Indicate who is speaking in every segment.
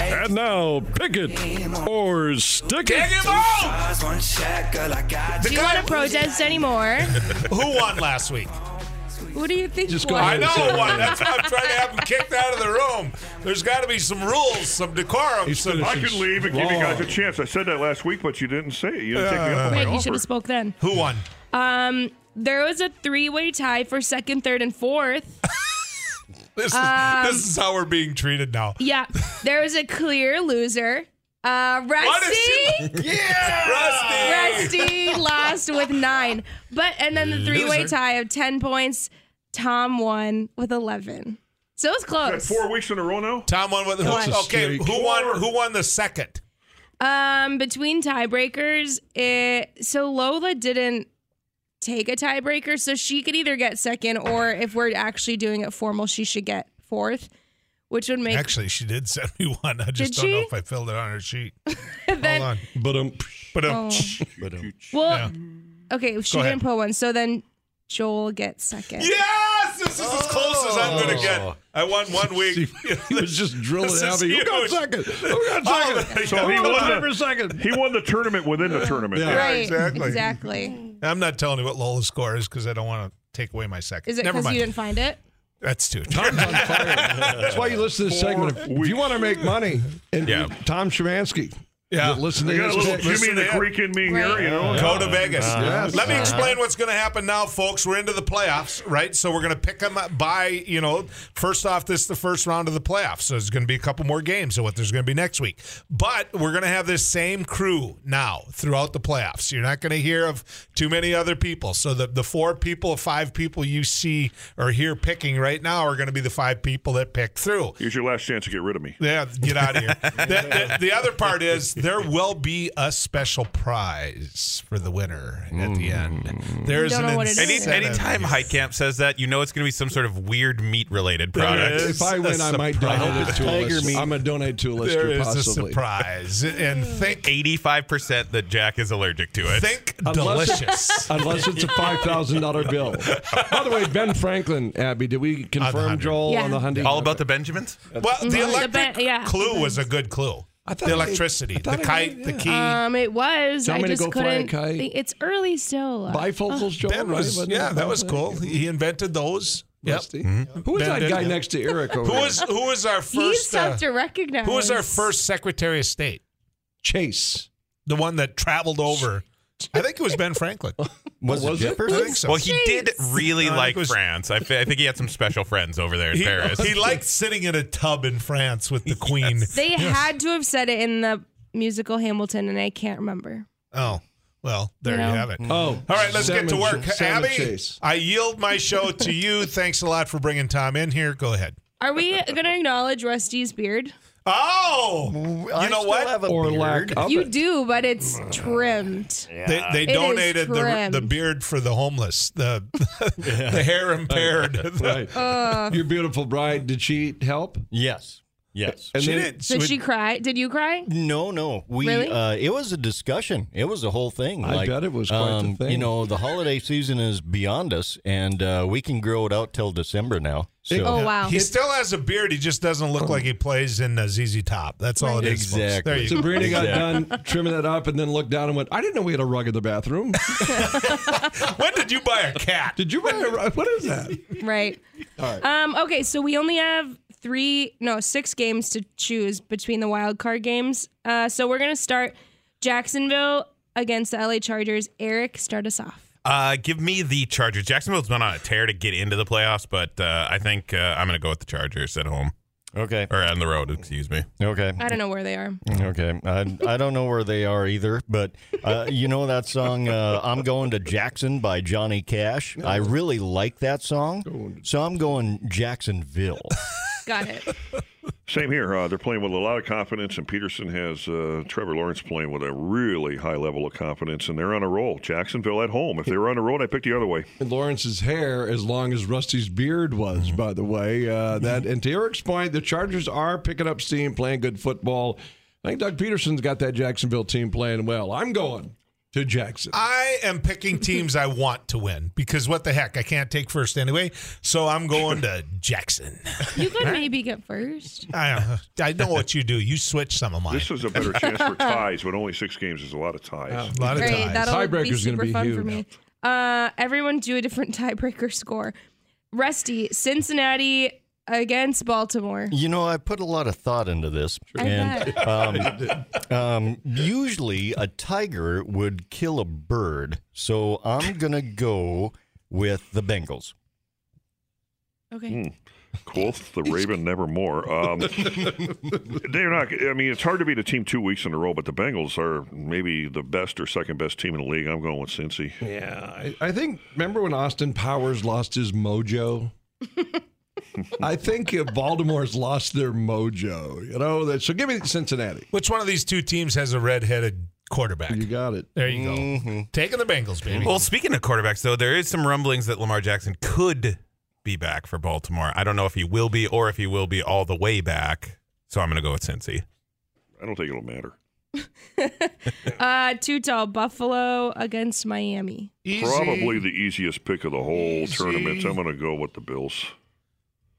Speaker 1: And now, pick it or stick it.
Speaker 2: Do you want to protest anymore?
Speaker 3: Who won last week?
Speaker 2: What do you think?
Speaker 1: Just go
Speaker 2: Blaine?
Speaker 3: I know who won. That's why I'm trying to have him kicked out of the room. There's got to be some rules, some decorum.
Speaker 1: He's
Speaker 3: some-
Speaker 1: finished.
Speaker 4: I could leave and give you guys a chance. I said that last week, but you didn't say it. You didn't take me up on my
Speaker 2: Greg, you should
Speaker 4: offer.
Speaker 2: have spoke then.
Speaker 3: Who won?
Speaker 2: Um, there was a three-way tie for second, third, and fourth.
Speaker 3: This is,
Speaker 2: Um,
Speaker 3: this is how we're being treated now.
Speaker 2: Yeah, there was a clear loser. Uh,
Speaker 3: What is
Speaker 2: Rusty,
Speaker 3: yeah, Rusty.
Speaker 2: Rusty lost with nine, but and then the three-way
Speaker 3: Loser.
Speaker 2: tie of ten points. Tom won with eleven, so it was
Speaker 4: Got
Speaker 2: close.
Speaker 4: four weeks in a row now.
Speaker 3: Tom won with
Speaker 1: That's a
Speaker 3: okay.
Speaker 1: streak.
Speaker 3: Who won? Who won the second?
Speaker 2: Um, between tiebreakers, it, so Lola didn't take a tiebreaker, so she could either get second, or if we're actually doing it formal, she should get fourth, which would make
Speaker 3: Actually, she did send me one. I just
Speaker 2: Did
Speaker 3: don't know
Speaker 2: she?
Speaker 3: if I filled it on her sheet.
Speaker 2: then-
Speaker 3: Hold on.
Speaker 1: But um,
Speaker 3: But um,
Speaker 2: well. Okay, if she
Speaker 3: ahead.
Speaker 2: didn't put one, so then Joel gets second.
Speaker 3: yes, this is as close as I'm going to
Speaker 1: Oh.
Speaker 3: get. I won one
Speaker 1: he
Speaker 3: week.
Speaker 1: was just drilling
Speaker 3: This
Speaker 1: it out
Speaker 3: is
Speaker 1: of you. Who got
Speaker 3: huge.
Speaker 1: second? Who got
Speaker 3: Oh,
Speaker 1: second?
Speaker 4: So he
Speaker 1: Who got
Speaker 4: won
Speaker 1: for
Speaker 4: the,
Speaker 1: second?
Speaker 4: he won the tournament within the tournament.
Speaker 1: Yeah.
Speaker 2: right.
Speaker 3: exactly.
Speaker 2: Exactly.
Speaker 3: I'm not telling you what Lola's score is because I don't want to take away my second.
Speaker 2: Is it
Speaker 3: Never
Speaker 2: because
Speaker 3: mind.
Speaker 2: you didn't find it?
Speaker 3: That's two.
Speaker 1: Tom's on fire. That's why you listen to this segment. If, if you want to make money, and
Speaker 3: Yeah.
Speaker 1: Tom Shemansky,
Speaker 3: Yeah.
Speaker 1: listen to
Speaker 4: You
Speaker 1: his
Speaker 4: got a little
Speaker 1: picks.
Speaker 4: Jimmy
Speaker 3: Listen
Speaker 4: and the
Speaker 3: to that.
Speaker 4: Greek in me
Speaker 2: Right.
Speaker 4: here, you know.
Speaker 3: Go to Vegas.
Speaker 1: Yes.
Speaker 3: Let me explain what's going to happen now, folks. We're into the playoffs, right? So we're going to pick them up by, you know, first off, this is the first round of the playoffs. So there's going to be a couple more games of what there's going to be next week. But we're going to have this same crew now throughout the playoffs. You're not going to hear of too many other people. So the, the four people, or five people you see or hear picking right now are going to be the five people that pick through.
Speaker 4: Here's your last chance to get rid of me.
Speaker 3: Yeah, get out of here. the, the- the other part is there will be a special prize for the winner at the
Speaker 1: Mm.
Speaker 3: end. There's
Speaker 2: We don't
Speaker 3: an
Speaker 2: know what it is.
Speaker 5: Any,
Speaker 3: incentive.
Speaker 5: anytime Heitkamp says that, you know it's going to be some sort of weird meat related product.
Speaker 3: is.
Speaker 1: If I win, I might donate it to a list. I'm gonna donate to a list
Speaker 3: there is a
Speaker 1: possibly.
Speaker 3: surprise,
Speaker 2: Hmm.
Speaker 3: and think
Speaker 5: 85% that Jack is allergic to it.
Speaker 3: think
Speaker 1: Unless-
Speaker 3: delicious.
Speaker 1: Unless it's a five thousand dollar bill. By the way, Ben Franklin, Abby, did we confirm
Speaker 3: hundred.
Speaker 1: Joel
Speaker 2: Yeah.
Speaker 1: on the hundred?
Speaker 5: All about the Benjamins?
Speaker 3: well, the
Speaker 2: The
Speaker 3: electric
Speaker 2: ba- yeah.
Speaker 3: clue was a good clue.
Speaker 1: I thought
Speaker 3: the
Speaker 1: I-
Speaker 3: electricity,
Speaker 1: I thought
Speaker 3: the
Speaker 1: I-
Speaker 3: kite, the
Speaker 1: yeah. Uh,
Speaker 3: key.
Speaker 2: Um, it was.
Speaker 1: Tell
Speaker 2: I
Speaker 1: me to
Speaker 2: just
Speaker 1: go fly a
Speaker 2: couldn't.
Speaker 1: kite.
Speaker 2: think- It's early still.
Speaker 1: bifocals, Joel.
Speaker 3: that
Speaker 1: right?
Speaker 3: was
Speaker 1: Wasn't
Speaker 3: yeah,
Speaker 1: it
Speaker 3: that was
Speaker 1: bifocals?
Speaker 3: cool. He invented those. Yep.
Speaker 1: Rusty. Who was
Speaker 3: Ben
Speaker 1: that
Speaker 3: did,
Speaker 1: guy
Speaker 3: yeah.
Speaker 1: next to Eric? Over
Speaker 3: Who
Speaker 1: there?
Speaker 3: was who was our first?
Speaker 2: He's tough
Speaker 3: uh,
Speaker 2: to recognize.
Speaker 3: who was our first Secretary of State?
Speaker 1: Chase?
Speaker 3: the one that traveled over. I think it was Ben Franklin.
Speaker 1: Was, it Jefferson?
Speaker 3: I think so.
Speaker 5: Well, he did really
Speaker 3: No, I
Speaker 5: like
Speaker 3: think it was-
Speaker 5: France. I, fi- I think he had some special friends over there in
Speaker 3: he,
Speaker 5: Paris.
Speaker 3: he liked sitting in a tub in France with the Queen.
Speaker 2: They had to have said it in the musical Hamilton, and I can't remember.
Speaker 3: Oh, well, there
Speaker 2: Yeah.
Speaker 3: you have it.
Speaker 1: Oh,
Speaker 3: All right, let's get to work.
Speaker 1: Sam
Speaker 3: Abby,
Speaker 1: Chase.
Speaker 3: I yield my show to you. Thanks a lot for bringing Tom in here. Go ahead.
Speaker 2: Are we going to acknowledge Rusty's beard?
Speaker 3: Oh, you know what?
Speaker 1: Or lack of
Speaker 2: You
Speaker 1: it.
Speaker 2: do, but it's trimmed.
Speaker 3: They, they
Speaker 2: is
Speaker 3: donated the,
Speaker 2: trimmed.
Speaker 3: the beard for the homeless, the the hair impaired.
Speaker 6: Right.
Speaker 1: Your beautiful bride. Did she help?
Speaker 6: yes. Yes.
Speaker 1: And
Speaker 3: she
Speaker 1: then-
Speaker 3: did.
Speaker 2: Did
Speaker 3: would-
Speaker 2: she cry? Did you cry?
Speaker 6: No, no. We
Speaker 2: Really?
Speaker 6: uh, it was a discussion. It was a whole thing.
Speaker 1: I bet it was quite the
Speaker 6: um, You
Speaker 1: thing.
Speaker 6: know, the holiday season is beyond us, and uh, we can grow it out till December now. So
Speaker 2: Oh, wow.
Speaker 3: He still has a beard. He just doesn't look like he plays in uh, ZZ Top. That's all it is. folks.
Speaker 6: Exactly.
Speaker 3: There you go.
Speaker 1: Sabrina got
Speaker 6: Exactly.
Speaker 1: done trimming that up and then looked down and went, I didn't know we had a rug in the bathroom.
Speaker 3: When did you buy a cat?
Speaker 1: Did you buy a rug? What is that?
Speaker 2: Right. Um, okay, so we only have three, no, six games to choose between the wild card games. Uh, so we're gonna start Jacksonville against the LA Chargers. Eric, start us off.
Speaker 5: Uh, give me the Chargers. Jacksonville's been on a tear to get into the playoffs, but uh, I think uh, I'm going to go with the Chargers at home
Speaker 1: Oh.
Speaker 6: Okay.
Speaker 5: or on the road. Excuse me.
Speaker 6: Okay.
Speaker 2: I don't know where they are.
Speaker 6: Okay. I, I don't know where they are either, but uh, you know that song, uh, I'm Going to Jackson by Johnny Cash? I really like that song. So I'm going Jacksonville.
Speaker 2: Got it.
Speaker 4: Same here. Uh, they're playing with a lot of confidence, and Peterson has uh, Trevor Lawrence playing with a really high level of confidence, and they're on a roll. Jacksonville at home. If they were on a roll, I picked the other way.
Speaker 1: And Lawrence's hair, as long as Rusty's beard was, by the way. Uh, that and to Eric's point, the Chargers are picking up steam, playing good football. I think Doug Peterson's got that Jacksonville team playing well. I'm going to Jackson.
Speaker 3: I am picking teams I want to win because what the heck? I can't take first anyway. So I'm going to Jackson.
Speaker 2: You could maybe get first.
Speaker 3: I, I know what you do. You switch some of mine.
Speaker 4: This is a better chance for ties, but only six games is a lot of ties.
Speaker 3: a lot of
Speaker 2: Great.
Speaker 3: times.
Speaker 2: That'll be
Speaker 1: Tiebreaker's gonna
Speaker 2: super
Speaker 1: be
Speaker 2: fun for
Speaker 1: huge.
Speaker 2: me. Uh, everyone do a different tiebreaker score. Rusty, Cincinnati against Baltimore.
Speaker 6: You know, I put a lot of thought into this,
Speaker 2: I
Speaker 6: and um, um, usually a tiger would kill a bird. So I'm gonna go with the Bengals.
Speaker 2: Okay.
Speaker 1: Hmm.
Speaker 4: Quoth the Raven nevermore. Um, they're not. I mean, it's hard to beat a team two weeks in a row, but the Bengals are maybe the best or second best team in the league. I'm going with Cincy.
Speaker 1: Yeah, I, I think. Remember when Austin Powers lost his mojo? I think if Baltimore's lost their mojo. You know that. So give me Cincinnati.
Speaker 3: Which one of these two teams has a redheaded quarterback?
Speaker 1: You got it.
Speaker 3: There you go. Taking the Bengals, baby.
Speaker 5: Well, speaking of quarterbacks, though, there is some rumblings that Lamar Jackson could be back for Baltimore. I don't know if he will be or if he will be all the way back. So I'm going to go with Cincy.
Speaker 4: I don't think it'll matter.
Speaker 2: Uh, too tall. Buffalo against Miami.
Speaker 3: Easy.
Speaker 4: Probably the easiest pick of the whole tournament. I'm going to go with the Bills.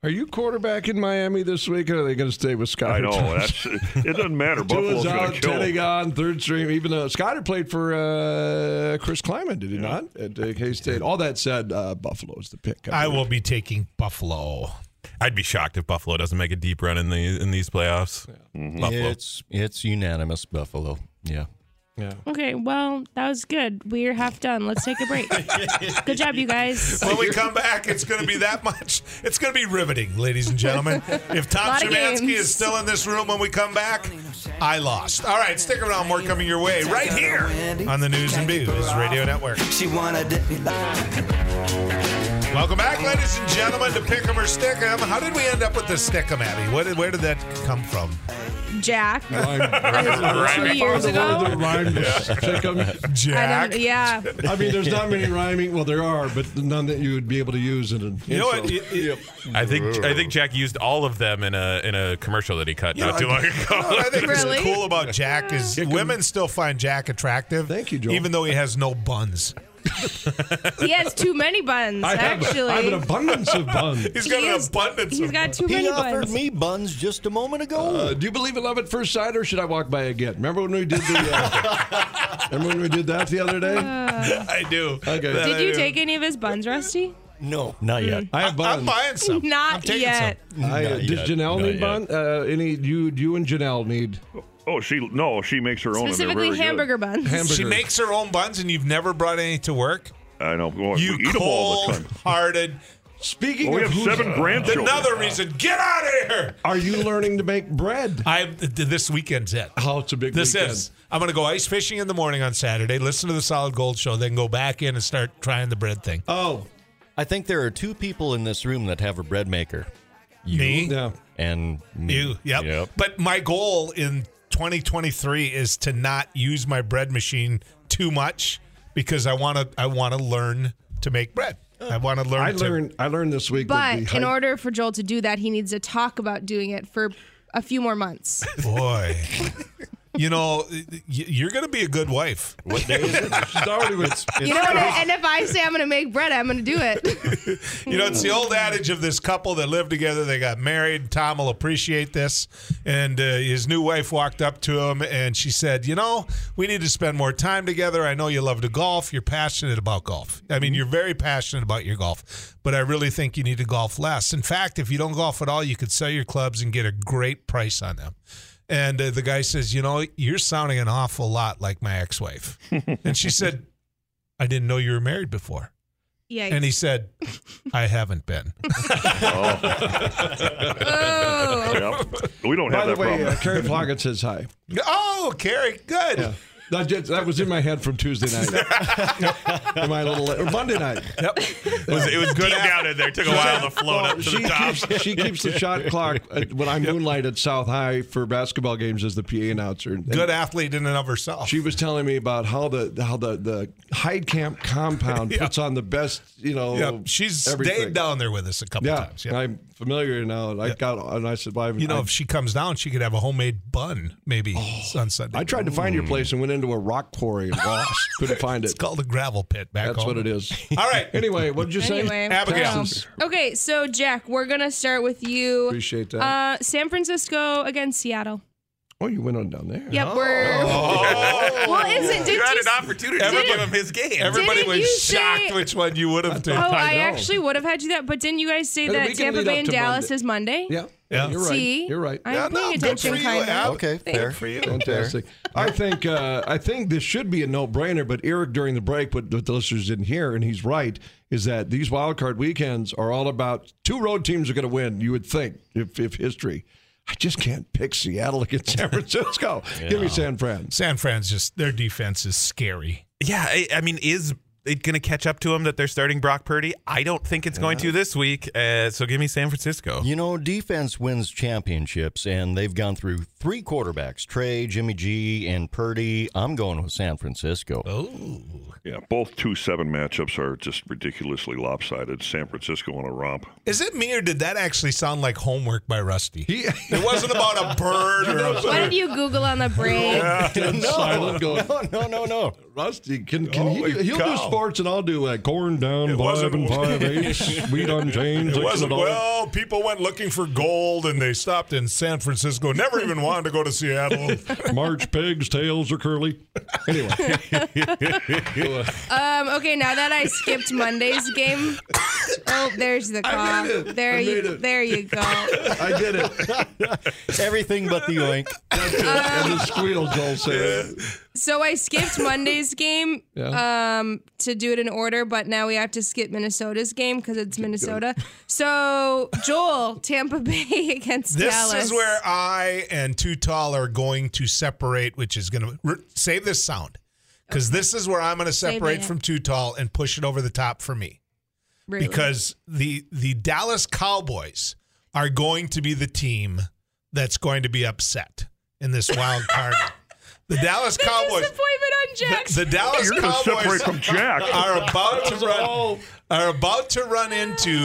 Speaker 1: Are you quarterback in Miami this week, or are they going to stay with Scott?
Speaker 4: I know that's. It doesn't matter.
Speaker 1: Two
Speaker 4: Buffalo's
Speaker 1: is
Speaker 4: going
Speaker 1: out,
Speaker 4: to kill. 'em.
Speaker 1: Teddy gone, third stream. Even though Scotter played for uh, Chris Kleiman, did he not at uh, K State? All that said, uh, Buffalo is the pick.
Speaker 3: I will be taking Buffalo.
Speaker 5: I'd be shocked if Buffalo doesn't make a deep run in the in these playoffs.
Speaker 1: Mm-hmm.
Speaker 5: Buffalo.
Speaker 6: It's it's unanimous Buffalo. Yeah.
Speaker 1: Yeah.
Speaker 2: Okay, well, that was good. We're half done. Let's take a break. good job, you guys.
Speaker 3: When we come back, it's going to be that much. It's going to be riveting, ladies and gentlemen. If Tom
Speaker 2: Lot of
Speaker 3: Szymanski
Speaker 2: games.
Speaker 3: is still in this room when we come back, I lost. All right, stick around. More coming your way right here on the News and Views Radio Network.
Speaker 7: She wanted to be like
Speaker 3: Welcome back, ladies and gentlemen, to Pick'em or Stick'em. How did we end up with the Stick'em, Abby? Where did, where did that come from?
Speaker 2: Jack. two
Speaker 1: Two
Speaker 2: years ago. I
Speaker 3: Jack.
Speaker 2: don't, yeah.
Speaker 1: I mean, there's not many rhyming. Well, there are, but none that you would be able to use in an.
Speaker 3: You know what?
Speaker 1: intro.
Speaker 3: You- you-
Speaker 5: I think I think Jack used all of them in a in a commercial that he cut
Speaker 3: You
Speaker 5: not
Speaker 3: know,
Speaker 5: too long
Speaker 3: What
Speaker 5: ago.
Speaker 3: I think is
Speaker 2: Really?
Speaker 3: cool about Jack is women still find Jack attractive.
Speaker 1: Thank you, Joel.
Speaker 3: Even though he has no buns,
Speaker 2: He has too many buns,
Speaker 1: I have,
Speaker 2: actually.
Speaker 1: I have an abundance of buns.
Speaker 3: he's got
Speaker 2: He
Speaker 3: an
Speaker 2: is-
Speaker 3: abundance.
Speaker 2: He's
Speaker 3: of
Speaker 2: got too
Speaker 6: He
Speaker 2: many
Speaker 6: offered
Speaker 2: buns.
Speaker 6: me buns just a moment ago.
Speaker 1: Uh, do you believe in love at first sight, or should I walk by again? Remember when we did the? Uh, remember when we did that the other day?
Speaker 2: Uh,
Speaker 3: I do.
Speaker 1: Okay.
Speaker 3: That
Speaker 2: Did
Speaker 3: I
Speaker 2: you
Speaker 3: do.
Speaker 2: take any of his buns, Rusty?
Speaker 6: no, not yet.
Speaker 1: I have
Speaker 3: I'm
Speaker 1: buns.
Speaker 3: buying some. I'm
Speaker 2: Not
Speaker 3: taking
Speaker 2: yet.
Speaker 1: I,
Speaker 6: Not
Speaker 1: did
Speaker 6: yet.
Speaker 1: uh, Janelle
Speaker 6: Not
Speaker 1: need bun?
Speaker 6: yet.
Speaker 1: Uh, any? Do you, do you and Janelle need
Speaker 4: Oh, she no, she makes her own. and they're
Speaker 2: Specifically
Speaker 4: very good.
Speaker 2: hamburger buns.
Speaker 3: Some.
Speaker 1: hamburger?
Speaker 3: She makes her own buns, and you've never brought any to work.
Speaker 4: I know. Well,
Speaker 3: You
Speaker 4: we eat them all the time.
Speaker 3: cold-hearted.
Speaker 1: Speaking
Speaker 4: Well, we
Speaker 1: of
Speaker 4: have
Speaker 1: who's-
Speaker 4: seven grandchildren.
Speaker 3: Another reason. Get out of here.
Speaker 1: Are you learning to make bread?
Speaker 3: I this weekend's it.
Speaker 5: Uh-huh.
Speaker 1: Oh, it's a big
Speaker 3: This
Speaker 1: weekend.
Speaker 3: is. I'm going to go ice fishing in the morning on Saturday. Listen to the Solid Gold Show, then go back in and start trying the bread thing.
Speaker 1: Oh,
Speaker 6: I think there are two people in this room that have a bread maker,
Speaker 3: Me,
Speaker 1: yeah.
Speaker 6: and me.
Speaker 3: you, yep. But my goal in 2023 is to not use my bread machine too much because I want to. I want to learn to make bread. I want to learn.
Speaker 1: I
Speaker 3: to,
Speaker 1: learned. I learned this week. that the
Speaker 2: But in
Speaker 1: hy-
Speaker 2: order for Joel to do that, he needs to talk about doing it for a few more months.
Speaker 3: Boy. You know, y- you're going to be a good wife.
Speaker 6: What day is it?
Speaker 1: she's already with.
Speaker 2: You know what? And if I say I'm going to make bread, I'm going to do it.
Speaker 3: You know, it's the old adage of this couple that lived together. They got married. Tom will appreciate this. And uh, his new wife walked up to him and she said, You know, we need to spend more time together. I know you love to golf. You're passionate about golf. I mean, you're very passionate about your golf, but I really think you need to golf less. In fact, if you don't golf at all, you could sell your clubs and get a great price on them. And uh, the guy says, You know, you're sounding an awful lot like my ex wife. and she said, I didn't know you were married before.
Speaker 2: Yeah.
Speaker 3: And he said, I haven't been.
Speaker 2: oh.
Speaker 4: Yep. We don't
Speaker 1: By
Speaker 4: have
Speaker 1: the
Speaker 4: that
Speaker 1: way,
Speaker 4: problem.
Speaker 1: uh, Carrie Flockett says hi.
Speaker 3: Oh, Carrie, good.
Speaker 1: That, just, that was in my head from Tuesday night. in my little or Monday night.
Speaker 3: Yep.
Speaker 5: It was, it was good down in there. It took a while to float up to
Speaker 1: She
Speaker 5: the top.
Speaker 1: keeps, she keeps the shot clock at, when I moonlight at South High for basketball games as the PA announcer. And
Speaker 3: Good athlete in and of herself.
Speaker 1: She was telling me about how the how the the Hyde Camp compound puts on the best, you know.
Speaker 3: yep. She's
Speaker 1: everything.
Speaker 3: stayed down there with us a couple
Speaker 1: Yeah,
Speaker 3: times. Yep.
Speaker 1: I'm familiar now. And I got and I said, well, I,
Speaker 3: You know,
Speaker 1: I,
Speaker 3: if she comes down, she could have a homemade bun maybe on Sunday.
Speaker 1: I tried to find your place and went in into a rock quarry and lost. Couldn't find it.
Speaker 3: It's called a gravel pit back
Speaker 1: That's
Speaker 3: home.
Speaker 1: what it is.
Speaker 3: All right.
Speaker 1: Anyway, what did you say?
Speaker 2: Anyway,
Speaker 3: Abigail.
Speaker 2: um, okay, so Jack, we're gonna start with you.
Speaker 1: Appreciate that.
Speaker 2: Uh, San Francisco against Seattle.
Speaker 1: oh, you went on down there.
Speaker 2: Yep, we're. Well, isn't did
Speaker 5: You had
Speaker 2: you?
Speaker 5: an opportunity to
Speaker 3: Everybody-
Speaker 5: give him his game.
Speaker 3: Everybody
Speaker 2: Didn't
Speaker 3: was
Speaker 2: you
Speaker 3: shocked
Speaker 2: say-
Speaker 3: which one you would have
Speaker 2: Oh,
Speaker 3: taken.
Speaker 2: I,
Speaker 1: know.
Speaker 2: actually would have had you that, but didn't you guys say
Speaker 1: But we
Speaker 2: that
Speaker 1: can
Speaker 2: Tampa
Speaker 1: lead
Speaker 2: Bay
Speaker 1: up
Speaker 2: and
Speaker 1: to
Speaker 2: Dallas
Speaker 1: Monday.
Speaker 2: is Monday?
Speaker 1: Yeah.
Speaker 3: Yeah.
Speaker 1: You're right.
Speaker 2: See?
Speaker 1: You're right.
Speaker 2: I'm
Speaker 3: Yeah, no,
Speaker 2: paying
Speaker 3: good
Speaker 2: attention,
Speaker 3: for you,
Speaker 2: kind
Speaker 3: Ab.
Speaker 2: of.
Speaker 6: Okay,
Speaker 2: Thank
Speaker 6: fair.
Speaker 2: you.
Speaker 3: for you.
Speaker 1: Fantastic. I think uh, I think this should be a no-brainer, but Eric during the break, what what the listeners didn't hear, and he's right, is that these wild card weekends are all about two road teams are going to win. You would think if if history. I just can't pick Seattle against San Francisco. Give me San Fran.
Speaker 3: San Fran's just their defense is scary.
Speaker 5: Yeah, I, I mean, is it going to catch up to him that they're starting Brock Purdy? I don't think it's going to this week. Uh, so give me San Francisco.
Speaker 6: You know, defense wins championships, and they've gone through three quarterbacks Trey, Jimmy G, and Purdy. I'm going with San Francisco.
Speaker 4: Yeah, both two seven matchups are just ridiculously lopsided. San Francisco on a romp.
Speaker 3: Is it me or did that actually sound like homework by Rusty? it wasn't about a bird or a
Speaker 2: What did you Google on the break?
Speaker 1: Silent going,
Speaker 6: No, no, no, no.
Speaker 1: Rusty, can, can he,
Speaker 3: Holy
Speaker 1: do- he'll do
Speaker 3: cow.
Speaker 1: sports and I'll do uh, corn down
Speaker 3: It
Speaker 1: five
Speaker 3: wasn't-
Speaker 1: and five eighths, wheat unchanged. six
Speaker 3: It
Speaker 1: and
Speaker 3: wasn't.
Speaker 1: a dollar.
Speaker 3: Well, people went looking for gold and they stopped in San Francisco. Never even wanted to go to Seattle.
Speaker 1: March pigs' tails are curly. Anyway,
Speaker 2: Um, okay, now that I skipped Monday's game. Oh, there's the cough.
Speaker 1: made it.
Speaker 2: There
Speaker 1: I
Speaker 2: you
Speaker 1: made it.
Speaker 2: there you go.
Speaker 1: I did it.
Speaker 6: Everything but the oink.
Speaker 1: and the squeal, Joel said.
Speaker 2: So I skipped Monday's game um, to do it in order, but now we have to skip Minnesota's game because it's Minnesota. So Joel, Tampa Bay against
Speaker 3: this
Speaker 2: Dallas.
Speaker 3: is where I and Too Tall are going to separate, which is going to re- save this sound because this is where I'm going to
Speaker 2: Saving
Speaker 3: separate
Speaker 2: it.
Speaker 3: from Too Tall and push it over the top for me.
Speaker 2: Really.
Speaker 3: because the the Dallas Cowboys are going to be the team that's going to be upset in this wild card. the Dallas Cowboys,
Speaker 2: disappointment on Jack's.
Speaker 3: the, the Dallas
Speaker 4: You're going to separate
Speaker 3: Cowboys
Speaker 4: from Jack.
Speaker 3: are about to run are about to run into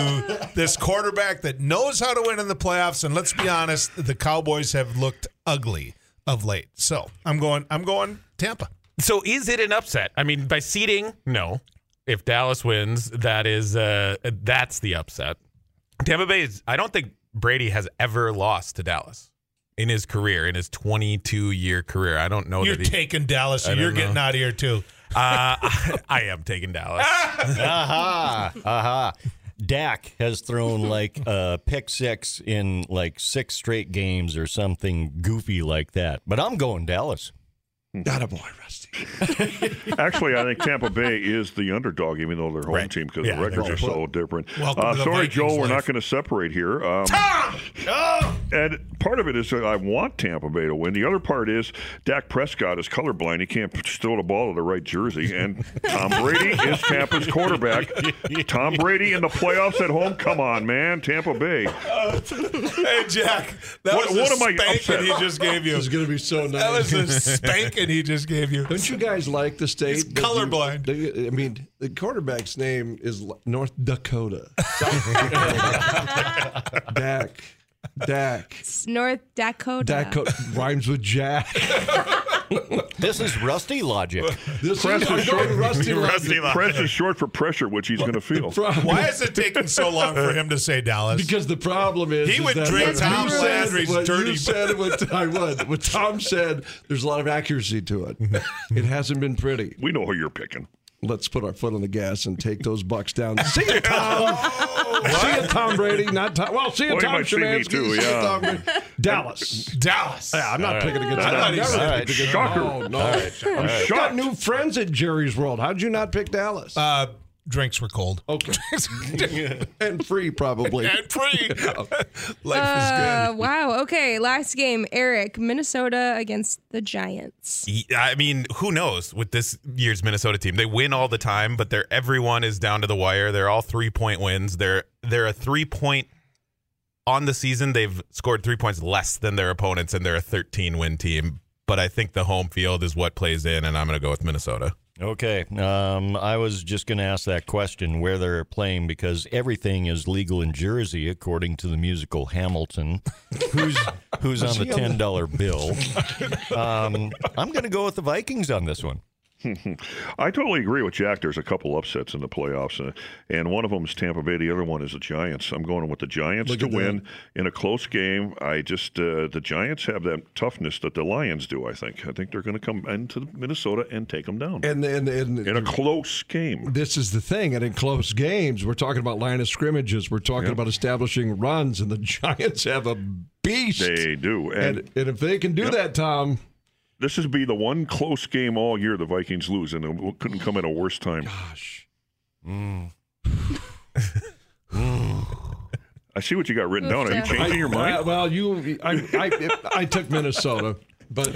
Speaker 3: this quarterback that knows how to win in the playoffs. And let's be honest, the Cowboys have looked ugly of late. So I'm going. I'm going Tampa.
Speaker 5: So is it an upset? I mean, by seeding, no. If Dallas wins, that is uh, that's the upset. Tampa Bay is. I don't think Brady has ever lost to Dallas in his career, in his 22 year career. I don't know
Speaker 3: You're
Speaker 5: that he.
Speaker 3: taking Dallas, and
Speaker 5: don't
Speaker 3: you're getting
Speaker 5: know.
Speaker 3: out of here too.
Speaker 5: uh, I am taking Dallas.
Speaker 6: Aha. Aha. Dak has thrown like a pick six in like six straight games or something goofy like that. But I'm going Dallas.
Speaker 1: Not a boy, Rusty.
Speaker 4: Actually, I think Tampa Bay is the underdog, even though they're home team because
Speaker 5: Yeah,
Speaker 4: the records
Speaker 5: they're
Speaker 4: are so different.
Speaker 3: Welcome
Speaker 4: Uh,
Speaker 3: to the
Speaker 4: sorry,
Speaker 3: Vikings
Speaker 4: Joel, we're
Speaker 3: life.
Speaker 4: not going to separate here. Um, And part of it is that I want Tampa Bay to win. The other part is Dak Prescott is colorblind; he can't throw the ball to the right jersey. And Tom Brady is Tampa's quarterback. Tom Brady in the playoffs at home. Come on, man, Tampa Bay.
Speaker 3: Hey Jack, that
Speaker 4: What-
Speaker 3: was a
Speaker 4: what am I upset?
Speaker 3: spanking he just gave you.
Speaker 1: This is going to be so
Speaker 3: That
Speaker 1: nice.
Speaker 3: was a spanking he just gave you.
Speaker 1: Don't you guys like the state?
Speaker 3: He's
Speaker 1: that you-
Speaker 3: colorblind.
Speaker 1: they- I mean, the quarterback's name is L- North Dakota. Dak. Dak.
Speaker 2: North Dakota.
Speaker 1: Dak co- rhymes with Jack.
Speaker 6: This is rusty logic.
Speaker 1: This
Speaker 4: Press
Speaker 1: is I'm
Speaker 4: is
Speaker 1: going Rusty.
Speaker 5: Rusty Lock.
Speaker 4: Press is short for pressure, which he's going to feel.
Speaker 1: Why?
Speaker 3: Why is it taking so long for him to say Dallas?
Speaker 1: Because the problem is,
Speaker 3: He
Speaker 1: is
Speaker 3: would
Speaker 1: that
Speaker 3: drink
Speaker 1: what
Speaker 3: Tom
Speaker 1: you said-
Speaker 3: Landry's
Speaker 1: what
Speaker 3: dirty-
Speaker 1: You said what I would. What Tom said, there's a lot of accuracy to it. It hasn't been pretty.
Speaker 4: We know who you're picking.
Speaker 1: let's put our foot on the gas and take those bucks down. See you, Tom. see you, Tom Brady. Not Tom. Well, see you,
Speaker 4: Well, you
Speaker 1: Tom
Speaker 4: might see me
Speaker 1: Szymanski.
Speaker 4: too,
Speaker 1: See you,
Speaker 4: yeah.
Speaker 1: Tom Brady. Dallas.
Speaker 3: Dallas.
Speaker 1: I'm not picking against
Speaker 4: I thought
Speaker 1: Dallas.
Speaker 4: he
Speaker 1: Never
Speaker 4: said-
Speaker 1: picked against-
Speaker 4: Shocker.
Speaker 1: No, no. I'm got new friends at Jerry's World. How'd you not pick Dallas?
Speaker 3: Uh, drinks were cold.
Speaker 4: Oh.
Speaker 1: okay. and free, probably.
Speaker 3: And free.
Speaker 4: Oh.
Speaker 3: Life
Speaker 2: Uh, wow. Okay, last game, Eric, Minnesota against the Giants.
Speaker 5: I mean, who knows with this year's Minnesota team? They win all the time, but they're everyone is down to the wire. They're all three point wins. They're they're a three point on the season. They've scored three points less than their opponents, and they're a thirteen win team. But I think the home field is what plays in, and I'm going to go with Minnesota.
Speaker 6: Okay. Um, I was just going to ask that question where they're playing because everything is legal in Jersey according to the musical Hamilton, who's who's on the ten dollar bill. Um, I'm going to go with the Vikings on this one.
Speaker 4: I totally agree with Jack. There's a couple upsets in the playoffs, uh, and one of them is Tampa Bay. The other one is the Giants. I'm going with the Giants to win in a close game. I just uh, the Giants have that toughness that the Lions do. I think. I think they're going to come into Minnesota and take them down
Speaker 1: And and and
Speaker 4: in a close game.
Speaker 1: this is the thing. And in close games, we're talking about line of scrimmages. We're talking about establishing runs, and the Giants have a beast.
Speaker 4: They do, and,
Speaker 1: and, and if they can do that, Tom,
Speaker 4: this would be the one close game all year the Vikings lose, and it couldn't come at a worse time.
Speaker 1: gosh,
Speaker 4: I see what you got written down. Are you
Speaker 2: Jeff.
Speaker 4: changing your mind?
Speaker 1: Uh, well, you, I, I, I took Minnesota, but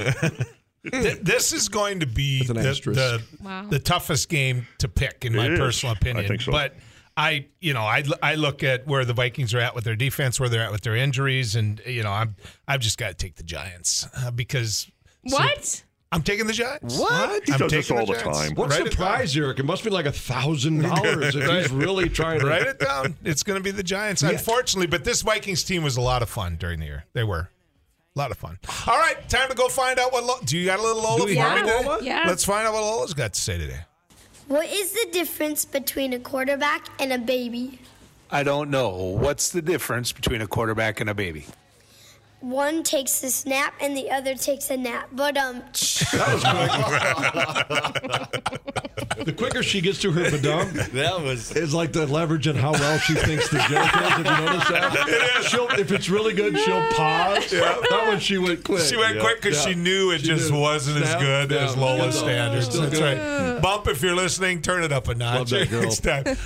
Speaker 3: Th- this is going to be
Speaker 1: That's
Speaker 3: the,
Speaker 1: an asterisk.
Speaker 3: the,
Speaker 2: Wow.
Speaker 3: the toughest game to pick, in my
Speaker 4: It is.
Speaker 3: personal opinion.
Speaker 4: I think so.
Speaker 3: But I, you know, I, I look at where the Vikings are at with their defense, where they're at with their injuries, and you know, I'm I've just got to take the Giants uh, because
Speaker 2: What?
Speaker 3: I'm taking the Giants.
Speaker 1: what?
Speaker 4: He
Speaker 3: I'm
Speaker 4: does this
Speaker 3: taking
Speaker 4: all the
Speaker 3: Giants.
Speaker 4: time.
Speaker 1: What's
Speaker 3: Write
Speaker 1: the
Speaker 3: it down.
Speaker 1: prize, Eric? It must be like a thousand dollars if he's really trying to.
Speaker 3: Write it down. It's going to be the Giants, unfortunately. But this Vikings team was a lot of fun during the year. They were. A lot of fun. All right, time to go find out what. Lo- Do you got a little Lola
Speaker 1: we
Speaker 3: for
Speaker 1: have
Speaker 3: me today?
Speaker 1: Lola?
Speaker 2: Yeah.
Speaker 3: Let's find out what Lola's got to say today.
Speaker 8: What is the difference between a quarterback and a baby?
Speaker 9: I don't know. What's the difference between a quarterback and a baby?
Speaker 8: One takes a snap and the other takes a nap. But um,
Speaker 1: The quicker she gets to her badum,
Speaker 6: That was
Speaker 1: is like the leverage and how well she thinks the joke is. Have you noticed that? She'll, if it's really good, she'll pause. That one she went quick.
Speaker 3: She went quick 'cause quick because
Speaker 1: Yeah.
Speaker 3: she knew it
Speaker 1: She
Speaker 3: just
Speaker 1: knew.
Speaker 3: wasn't as
Speaker 1: Snap,
Speaker 3: good
Speaker 1: yeah.
Speaker 3: as Lola's
Speaker 1: Still
Speaker 3: standards.
Speaker 1: good.
Speaker 3: That's right. Bump, if you're listening, turn it up a notch
Speaker 1: that girl.
Speaker 3: next time.